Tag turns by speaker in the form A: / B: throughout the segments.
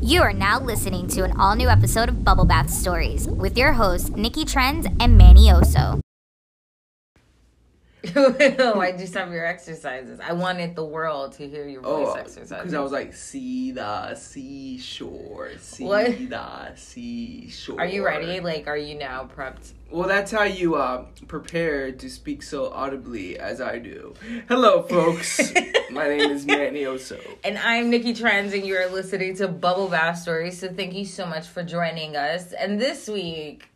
A: You are now listening to an all new episode of Bubble Bath Stories with your hosts, Nikki Trends and Manny Oso.
B: Will, I do some of your exercises. I wanted the world to hear your voice
C: Oh, because
B: exercises.
C: I was like, see the seashore, see
B: What?
C: the seashore.
B: Are you ready? Like, are you now prepped?
C: Well, that's how you uh, prepare to speak so audibly as I do. Hello, folks. My name is Manny Oso.
B: And I'm Nikki Trends, and you are listening to Bubble Bath Stories. So thank you so much for joining us. And this week,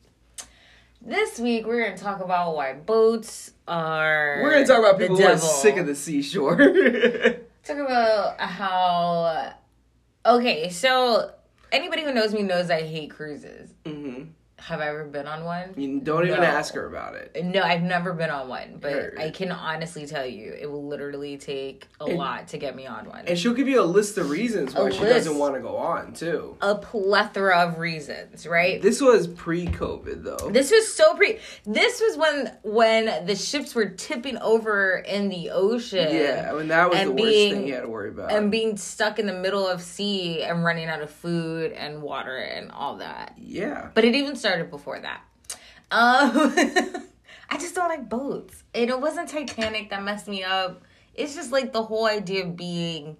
B: this week we're gonna talk about why boats are.
C: We're gonna talk about people
B: the
C: who are
B: devil.
C: sick of the seashore. Mm-hmm.
B: Talk about how. Okay, so anybody who knows me knows I hate cruises.
C: hmm
B: Have I ever been on one?
C: You don't even
B: No.
C: ask her about it.
B: No, I've never been on one, but
C: Heard.
B: I can honestly tell you, it will literally take a lot to get me on one.
C: And she'll give you a list of reasons why
B: A
C: she
B: list.
C: doesn't want to go on, too.
B: A plethora of reasons, right?
C: This was pre-COVID, though.
B: This was so pre. This was when when the ships were tipping over in the ocean.
C: yeah, I mean that was
B: and
C: the
B: being-
C: worst thing you had to worry about.
B: And being stuck in the middle of sea and running out of food and water and all that.
C: yeah.
B: But it even started before that. Um, I just don't like boats. And it wasn't Titanic that messed me up. It's just like the whole idea of being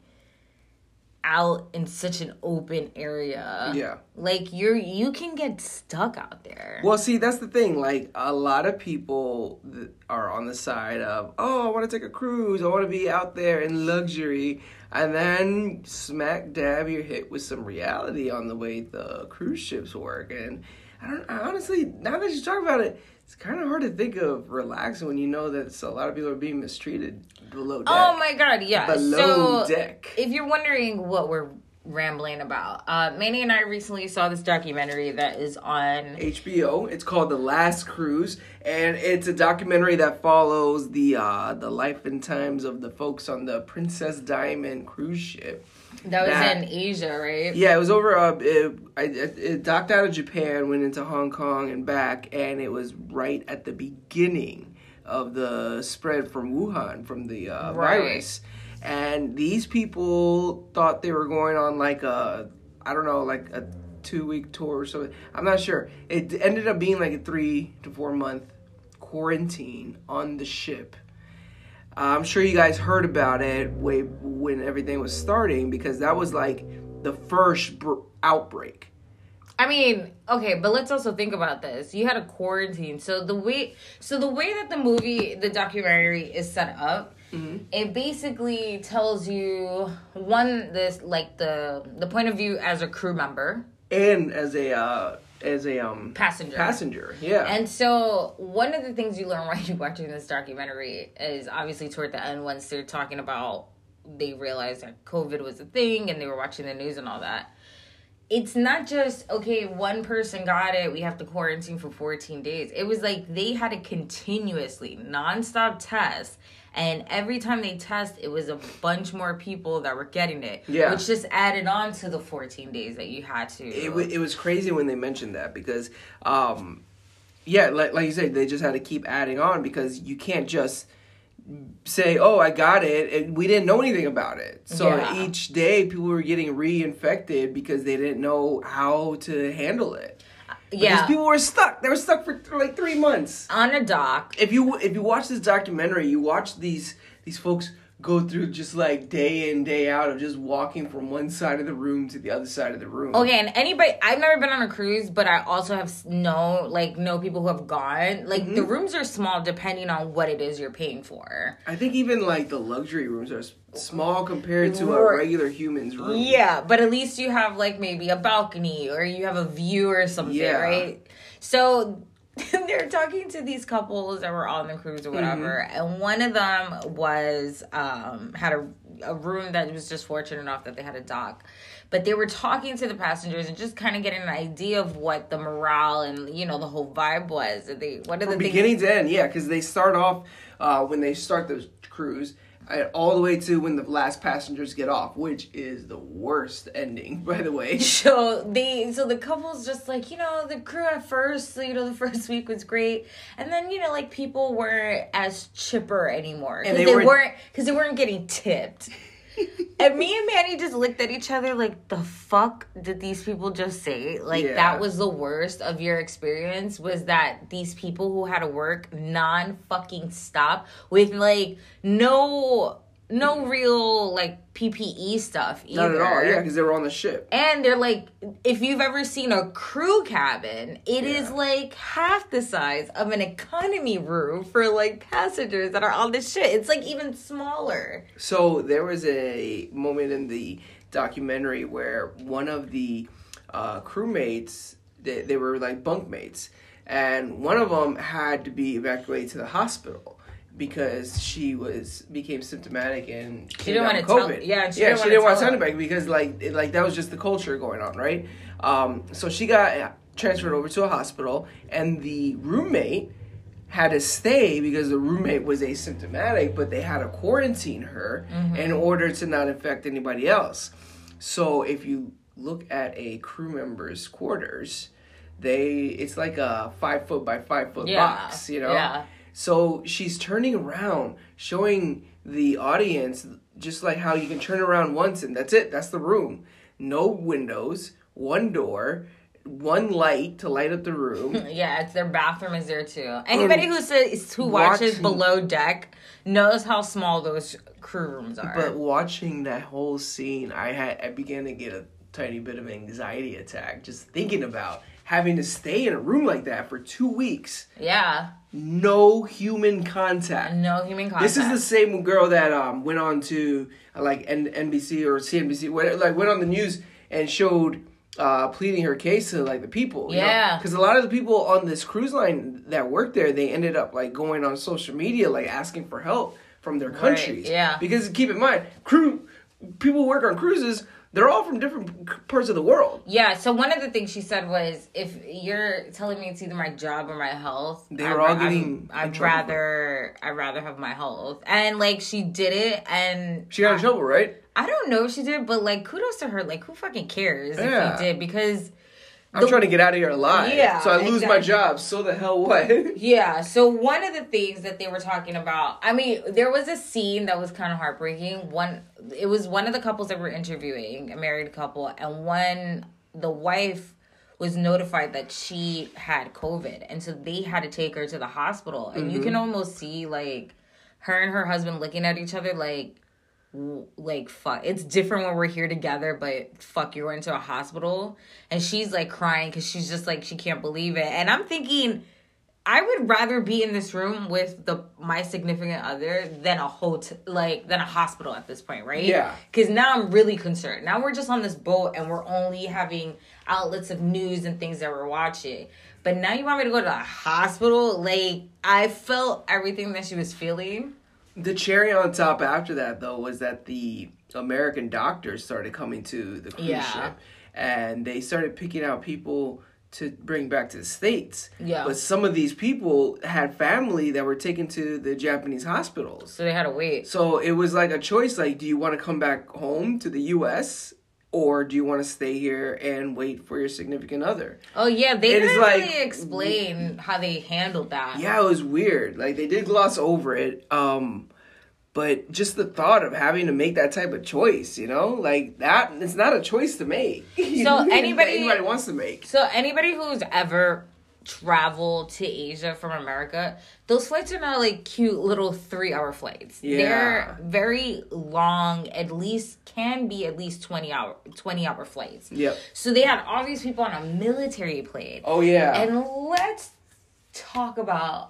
B: out in such an open area.
C: Yeah.
B: Like you're you can get stuck out there.
C: Well, see, that's the thing. Like, a lot of people th- are on the side of, oh, I want to take a cruise. I want to be out there in luxury. And then, smack dab, you're hit with some reality on the way the cruise ships work. And I don't, I honestly, now that you talk about it, it's kind of hard to think of relaxing when you know that it's- a lot of people are being mistreated below deck.
B: Oh my god, yeah.
C: Below
B: so
C: deck.
B: if you're wondering what we're rambling about, uh Manny and I recently saw this documentary that is on
C: HBO. It's called The Last Cruise, and it's a documentary that follows the uh, the life and times of the folks on the Princess Diamond cruise ship.
B: that was
C: That-
B: in Asia, right?
C: Yeah, it was over. Uh, it, I- it, it docked out of Japan, went into Hong Kong and back, and it was right at the beginning of the spread from Wuhan from the uh,
B: Right.
C: virus. And these people thought they were going on like a, I don't know, like a two week tour or something. I'm not sure. It ended up being like a three to four month quarantine on the ship. I'm sure you guys heard about it way when everything was starting because that was like the first br- outbreak.
B: I mean, okay, but let's also think about this. You had a quarantine, so the way so the way that the movie, the documentary is set up, it basically tells you one this like the the point of view as a crew member,
C: And as a uh, as a um
B: passenger.
C: passenger, yeah,
B: And so one of the things you learn while you're watching this documentary is obviously toward the end once they're talking about they realized that COVID was a thing and they were watching the news and all that. It's not just okay, one person got it, we have to quarantine for 14 days. It was like they had a continuously nonstop test and every time they test it was a bunch more people that were getting it.
C: Yeah.
B: Which just added on to the 14 days that you had to
C: it, wa it was crazy when they mentioned that because um yeah like, like you said they just had to keep adding on because you can't just say oh i got it and we didn't know anything about it so
B: Yeah.
C: each day people were getting reinfected because they didn't know how to handle it because people were stuck they were stuck for th- like three months
B: on a dock
C: if you if you watch this documentary, you watch these these folks go through just like day in day out of just walking from one side of the room to the other side of the room.
B: Okay, and anybody, I've never been on a cruise, but I also have s- know like know people who have gone. Like the rooms are small depending on what it is you're paying for.
C: I think even like the luxury rooms are s- small compared to
B: Right.
C: a regular human's room.
B: Yeah, but at least you have like maybe a balcony or you have a view or something,
C: Yeah.
B: right? So they're talking to these couples that were on the cruise or whatever,
C: Mm-hmm.
B: and one of them was um had a a room that was just fortunate enough that they had a dock. But they were talking to the passengers and just kind of getting an idea of what the morale and you know the whole vibe was. And They one of the
C: From
B: things
C: beginning to end, yeah, because they start off uh, when they start the cruise. uh, All the way to when the last passengers get off, which is the worst ending, by the way.
B: So they so the couple's just like, you know, the crew at first, you know, the first week was great. And then, you know, like people weren't as chipper anymore. Cause
C: And
B: they,
C: they
B: were,
C: were-
B: not because they weren't getting tipped. And me and Manny just looked at each other like, the fuck did these people just say? Like,
C: Yeah.
B: that was the worst of your experience was that these people who had to work non fucking stop with like no, no real like PPE stuff either.
C: Not at all. Yeah, because they were on the ship.
B: And they're like, if you've ever seen a crew cabin, it is
C: Yeah.
B: like half the size of an economy room for like passengers that are on this shit. It's like even smaller.
C: So there was a moment in the documentary where one of the uh, crewmates, they, they were like bunkmates, and one of them had to be evacuated to the hospital because she was became symptomatic and she
B: didn't
C: want to
B: wanna tell- yeah, she
C: yeah,
B: didn't
C: she
B: wanna
C: didn't want to
B: tell
C: tell
B: them.
C: anybody because like it, like that was just the culture going on, right? Um, so she got transferred over to a hospital, and the roommate had to stay because the roommate was asymptomatic, but they had to quarantine her
B: Mm-hmm.
C: in order to not infect anybody else. So if you look at a crew member's quarters, they it's like a five foot by five foot
B: Yeah,
C: box, you know.
B: yeah.
C: So she's turning around, showing the audience just like how you can turn around once and that's it. That's the room. No windows, one door, one light to light up the room.
B: Yeah, it's their bathroom is there too. Anybody
C: Um,
B: who says who watches
C: watching-
B: below deck knows how small those crew rooms are.
C: But watching that whole scene, I had I began to get a tiny bit of anxiety attack just thinking about having to stay in a room like that for two weeks,
B: yeah,
C: no human contact.
B: no human contact.
C: This is the same girl that um went on to uh, like N- NBC or CNBC, whatever, like went on the news and showed uh pleading her case to like the people.
B: Yeah.
C: because a lot of the people on this cruise line that worked there, they ended up like going on social media, like asking for help from their countries.
B: yeah.
C: because keep in mind, crew people who work on cruises, they're all from different c- parts of the world.
B: yeah. So one of the things she said was, if you're telling me it's either my job or my health,
C: They
B: I'd
C: were
B: ra-
C: all getting
B: I'd,
C: in
B: I'd
C: trouble for
B: rather I'd rather have my health. And like she did it, and
C: She got in trouble, right?
B: I don't know if she did, but like kudos to her. Like who fucking cares
C: Yeah.
B: if she did because.
C: I'm trying to get out of here alive.
B: Yeah,
C: so I lose my
B: exactly.
C: job. So the hell what?
B: Yeah, so one of the things that they were talking about, I mean, there was a scene that was kind of heartbreaking. One it was one of the couples that were interviewing, a married couple, and one the wife was notified that she had COVID, and so they had to take her to the hospital. And you can almost see like her and her husband looking at each other like w- like fuck it's different when we're here together but fuck you're into a hospital and she's like crying because she's just like she can't believe it and i'm thinking I would rather be in this room with the my significant other than a hotel, like than a hospital at this point, right?
C: Yeah.
B: Because now I'm really concerned. Now we're just on this boat and we're only having outlets of news and things that we're watching. But now you want me to go to the hospital? Like I felt everything that she was feeling.
C: The cherry on top after that, though, was that the American doctors started coming to the cruise
B: Yeah.
C: ship, and they started picking out people to bring back to the states.
B: Yeah.
C: but some of these people had family that were taken to the Japanese hospitals.
B: So they had to wait.
C: So it was like a choice: like, do you want to come back home to the U.S. or do you want to stay here and wait for your significant other?
B: Oh yeah, they
C: It is
B: didn't
C: like-
B: really explain how they handled that.
C: Yeah, it was weird. Like they did gloss over it. Um but just the thought of having to make that type of choice, you know? Like that it's not a choice to make.
B: So
C: That
B: anybody-
C: anybody wants to make.
B: So anybody who's ever traveled to Asia from America, those flights are not like cute little three hour flights. They're
C: Yeah.
B: very long, at least can be at least twenty hour twenty hour flights.
C: Yep.
B: So they had all these people on a military plane.
C: Oh yeah.
B: And let's talk about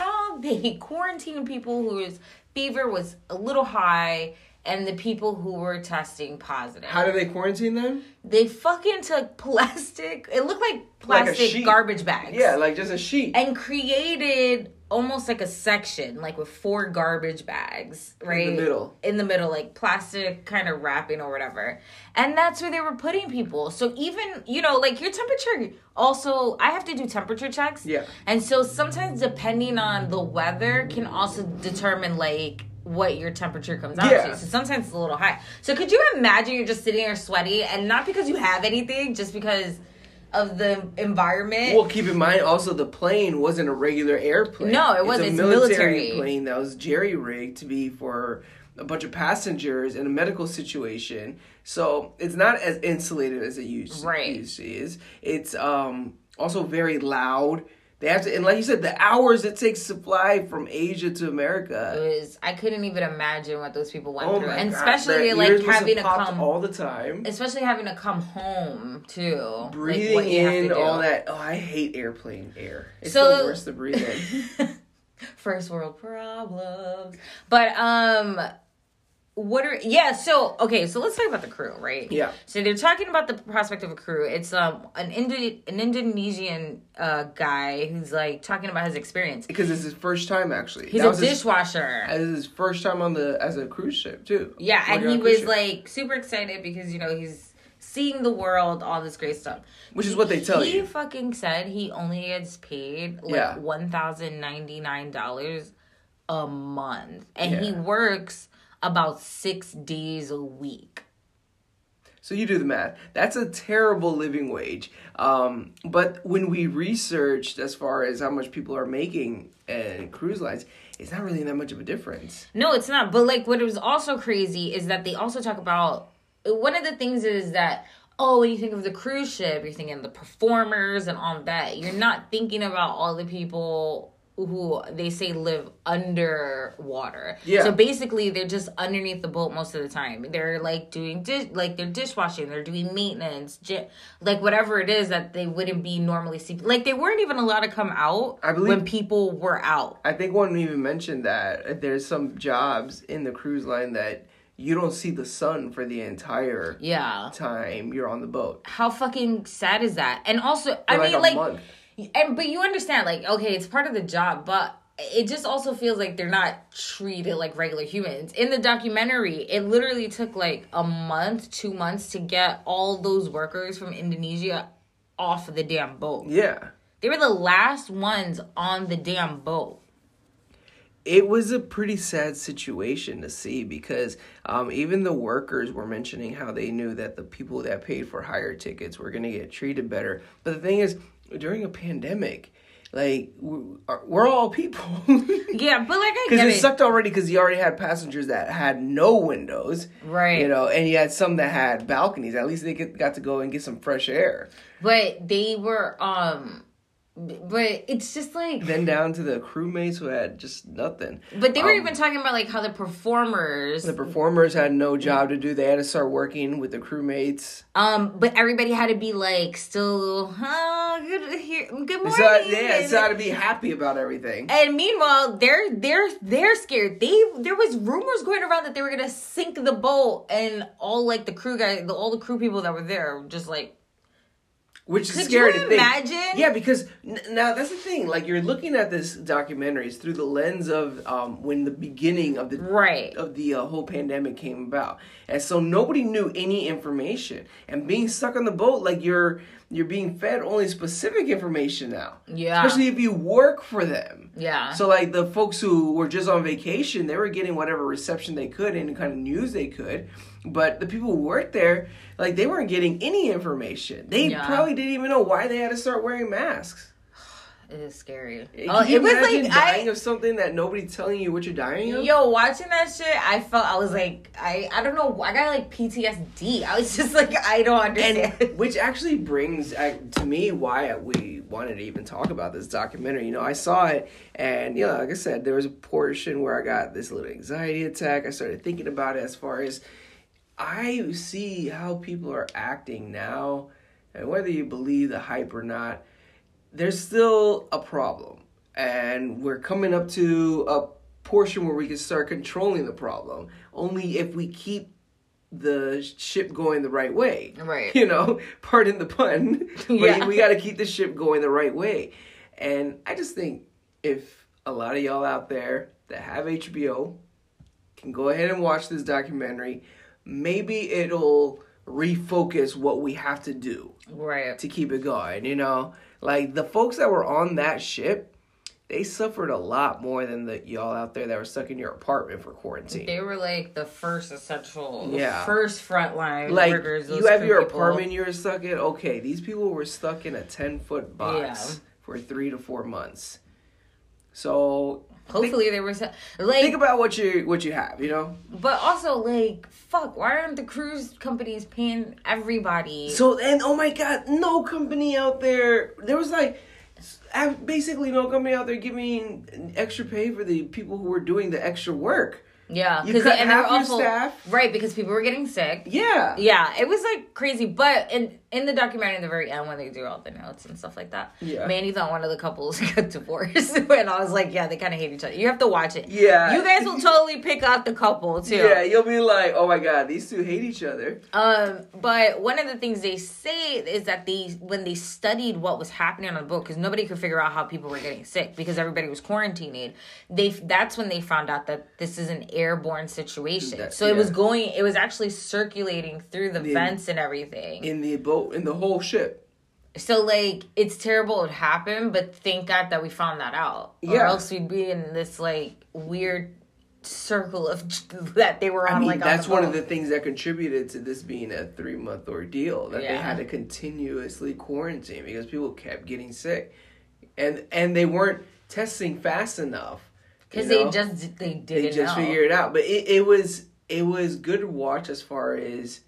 B: how they quarantine people whose fever was a little high and the people who were testing positive
C: How do they quarantine them?
B: they fucking took plastic it looked like
C: Like a
B: plastic
C: sheet.
B: garbage bags
C: Yeah, like just a sheet.
B: and created almost like a section like with four garbage bags right
C: middle.
B: in the middle like plastic kind of wrapping or whatever and that's where they were putting people so even you know like your temperature also i have to do temperature checks
C: Yeah.
B: and so sometimes depending on the weather can also determine like what your temperature comes out
C: Yeah.
B: to. So sometimes it's a little high. So could you imagine you're just sitting there sweaty and not because you have anything, just because of the environment.
C: well, keep in mind also the plane wasn't a regular airplane.
B: No, it wasn't. It's military.
C: plane that was jerry rigged to be for a bunch of passengers in a medical situation. So it's not as insulated as it used,
B: Right.
C: used is. It's um also very loud. They have to, and like you said, the hours it takes to fly from Asia to
B: It
C: America.
B: was I couldn't even imagine what those people went
C: Oh
B: through,
C: my
B: and
C: God,
B: especially
C: their
B: like
C: ears must have
B: having to
C: popped
B: come,
C: all the time,
B: especially having to come home too. like,
C: breathing
B: what you have to
C: in
B: do.
C: all that. Oh, I hate airplane air. It's
B: So-
C: the worst to breathe in.
B: First world problems, but um, what are yeah? So okay, so let's talk about the crew, right?
C: Yeah.
B: So they're talking about the prospect of a crew. It's um an Indo- an Indonesian uh guy who's like talking about his experience.
C: because it's his first time actually.
B: He's
C: That
B: a
C: was his-
B: dishwasher.
C: that was his first time on the as a cruise ship too.
B: Yeah, and
C: Working on
B: he
C: a cruise
B: was
C: ship.
B: like super excited because you know he's seeing the world, all this great stuff.
C: Which is what they tell
B: he
C: you.
B: fucking said he only gets paid like
C: Yeah.
B: one thousand ninety nine dollars a month, and he
C: Yeah.
B: works about six days a week.
C: So you do the math. That's a terrible living wage. Um, but when we researched as far as how much people are making and cruise lines, it's not really that much of a difference.
B: No, it's not. But like, what was also crazy is that they also talk about one of the things is that oh, when you think of the cruise ship, you're thinking of the performers and all that. You're not thinking about all the people who they say live underwater.
C: Yeah.
B: So basically, they're just underneath the boat most of the time. They're like doing dish, like they're dishwashing, they're doing maintenance, j- like whatever it is that they wouldn't be normally see. Like they weren't even allowed to come out
C: I believe-
B: when people were out.
C: I think one even mentioned that uh, there's some jobs in the cruise line that you don't see the sun for the entire
B: Yeah.
C: time you're on the boat.
B: how fucking sad is that? And also, I
C: like a
B: mean, like,
C: month.
B: and but you understand, like, okay, it's part of the job, but it just also feels like they're not treated like regular humans. In the documentary, it literally took like a month, two months to get all those workers from Indonesia off the damn boat.
C: Yeah.
B: They were the last ones on the damn boat.
C: it was a pretty sad situation to see because um, even the workers were mentioning how they knew that the people that paid for higher tickets were going to get treated better. But the thing is, during a pandemic, like w- are- we're all people because
B: Yeah, but like I get
C: it
B: it.
C: sucked already because you already had passengers that had no windows,
B: Right.
C: You know, and you had some that had balconies. At least they get, got to go and get some fresh air.
B: but they were um b- but it's just like
C: Then down to the crewmates who had just nothing.
B: but they were even talking about like how the performers
C: um The performers had no job to do. They had to start working with the crewmates.
B: Um, but everybody had to be like still, oh, good here, good morning.
C: So yeah, so to be happy about everything.
B: and meanwhile, they're they're they're scared. They there was rumors going around that they were gonna sink the boat, and all like the crew guy, the, all the crew people that were there, were just like
C: Which
B: Could
C: is scary
B: you
C: to think.
B: imagine?
C: Yeah, because n- now that's the thing. Like you're looking at this documentary it's through the lens of um, when the beginning of the
B: Right.
C: of the uh, whole pandemic came about, and so nobody knew any information. And being stuck on the boat, like you're you're being fed only specific information now.
B: Yeah.
C: especially if you work for them.
B: Yeah.
C: So like the folks who were just on vacation, they were getting whatever reception they could, any kind of news they could. But the people who worked there, like they weren't getting any information. They
B: Yeah.
C: probably didn't even know why they had to start wearing masks.
B: it is scary.
C: Can
B: Oh,
C: you
B: it was
C: imagine
B: like I.
C: dying of something that nobody's telling you what you're dying of.
B: Yo, watching that shit, I felt I was like, I I don't know, I got like PTSD. I was just like, I don't understand.
C: and which actually brings uh, to me why we wanted to even talk about this documentary you know i saw it and you know like i said there was a portion where i got this little anxiety attack i started thinking about it as far as i see how people are acting now and whether you believe the hype or not there's still a problem and we're coming up to a portion where we can start controlling the problem only if we keep the ship going the right way
B: Right.
C: you know pardon the pun but
B: Yeah.
C: we got to keep the ship going the right way and i just think if a lot of y'all out there that have hbo can go ahead and watch this documentary maybe it'll refocus what we have to do
B: right.
C: to keep it going, you know? Like the folks that were on that ship, they suffered a lot more than the y'all out there that were stuck in your apartment for quarantine.
B: They were like the first essential,
C: Yeah.
B: the first frontline
C: like
B: workers. those
C: you have
B: crew
C: your
B: people.
C: apartment you were stuck in. Okay, these people were stuck in a 10 foot box
B: Yeah.
C: for 3 to 4 months. So
B: Hopefully there was like
C: Think about what you what you have, you know.
B: But also, like, fuck, why aren't the cruise companies paying everybody?
C: So and oh my god, no company out there. There was like I- basically no company out there giving extra pay for the people who were doing the extra work.
B: yeah,
C: You
B: because
C: cut
B: and they were
C: half your
B: awful,
C: staff?
B: right? Because people were getting sick.
C: Yeah.
B: Yeah, it was like crazy. But in in the documentary, at the very end, when they do all the notes and stuff like that,
C: Yeah.
B: Manny thought one of the couples got divorced, and I was like, yeah, they kind of hate each other. You have to watch it.
C: Yeah.
B: you guys will totally pick up the couple too.
C: Yeah, you'll be like, oh my god, these two hate each other.
B: Um, but one of the things they say is that they when they studied what was happening on the boat because nobody could figure out how people were getting sick because everybody was quarantining. They that's when they found out that this is an airborne situation.
C: That-
B: so it was
C: yeah.
B: going, it was actually circulating through the vents and everything.
C: In the boat, in the whole ship.
B: so like, it's terrible it happened, but thank God that we found that out. Or
C: Yeah.
B: else we'd be in this like weird circle of that they were on.
C: I mean,
B: like on
C: that's
B: the
C: one of
B: boat.
C: the things that contributed to this being a three month ordeal that they
B: Yeah.
C: had to continuously quarantine because people kept getting sick, and and they weren't testing fast enough you
B: because they
C: know?
B: just they didn't
C: they just
B: know.
C: figured it out. But it, it was it was good watch as far as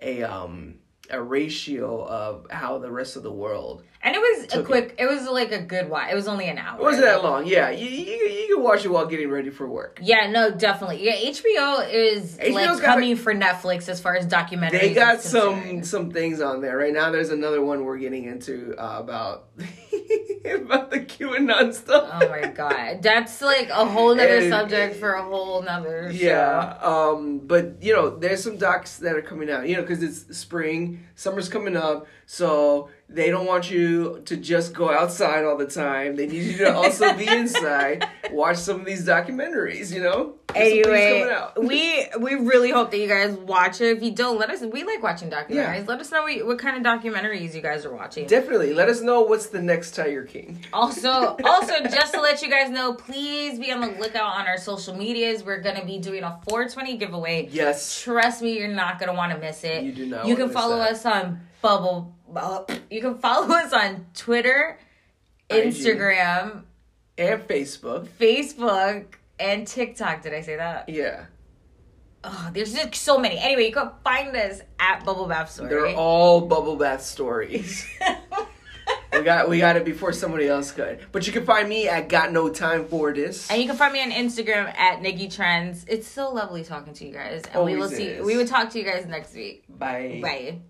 C: a um a ratio of how the rest of the world.
B: And it was a quick. It. was like a good watch. It was only an hour.
C: It wasn't that long. Yeah, you you, you can watch it while getting ready for work.
B: Yeah, no, definitely. Yeah, HBO is
C: HBO's
B: like
C: got
B: coming for Netflix as far as documentaries.
C: They got
B: is
C: some
B: concerned.
C: some things on there right now. There's another one we're getting into uh, about about the QAnon stuff.
B: Oh my god, that's like a whole nother
C: And-
B: subject for a whole nother. show.
C: Yeah, um, but you know, there's some docs that are coming out, you know, because it's spring, summer's coming up, so they don't want you to just go outside all the time. They need you to also be inside, watch some of these documentaries, you know. There's some things
B: Anyway,
C: coming out.
B: we we really hope that you guys watch it. If you don't, let us. We like watching documentaries.
C: Yeah.
B: Let us know what, what kind of documentaries you guys are watching.
C: definitely let us know what's the next Tiger King.
B: Also, also, just to let you guys know, please be on the lookout on our social medias. We're gonna be doing a 420 giveaway.
C: Yes.
B: Trust me, you're not gonna want to miss it.
C: You do not
B: You
C: wanna
B: can
C: miss
B: follow
C: that.
B: us on Bubble. uh, You can follow us on Twitter,
C: IG.
B: Instagram,
C: And Facebook.
B: Facebook, and TikTok. Did I say that?
C: Yeah.
B: Oh, there's just so many. Anyway, you can find us at Bubble Bath Story.
C: They're all bubble bath stories. we got we got it before somebody else could. But you can find me at Got No Time for This.
B: And you can find me on Instagram at Nikki Trends. It's so lovely talking to you guys, and we will
C: Always
B: see.
C: is.
B: We will talk to you guys next week. Bye.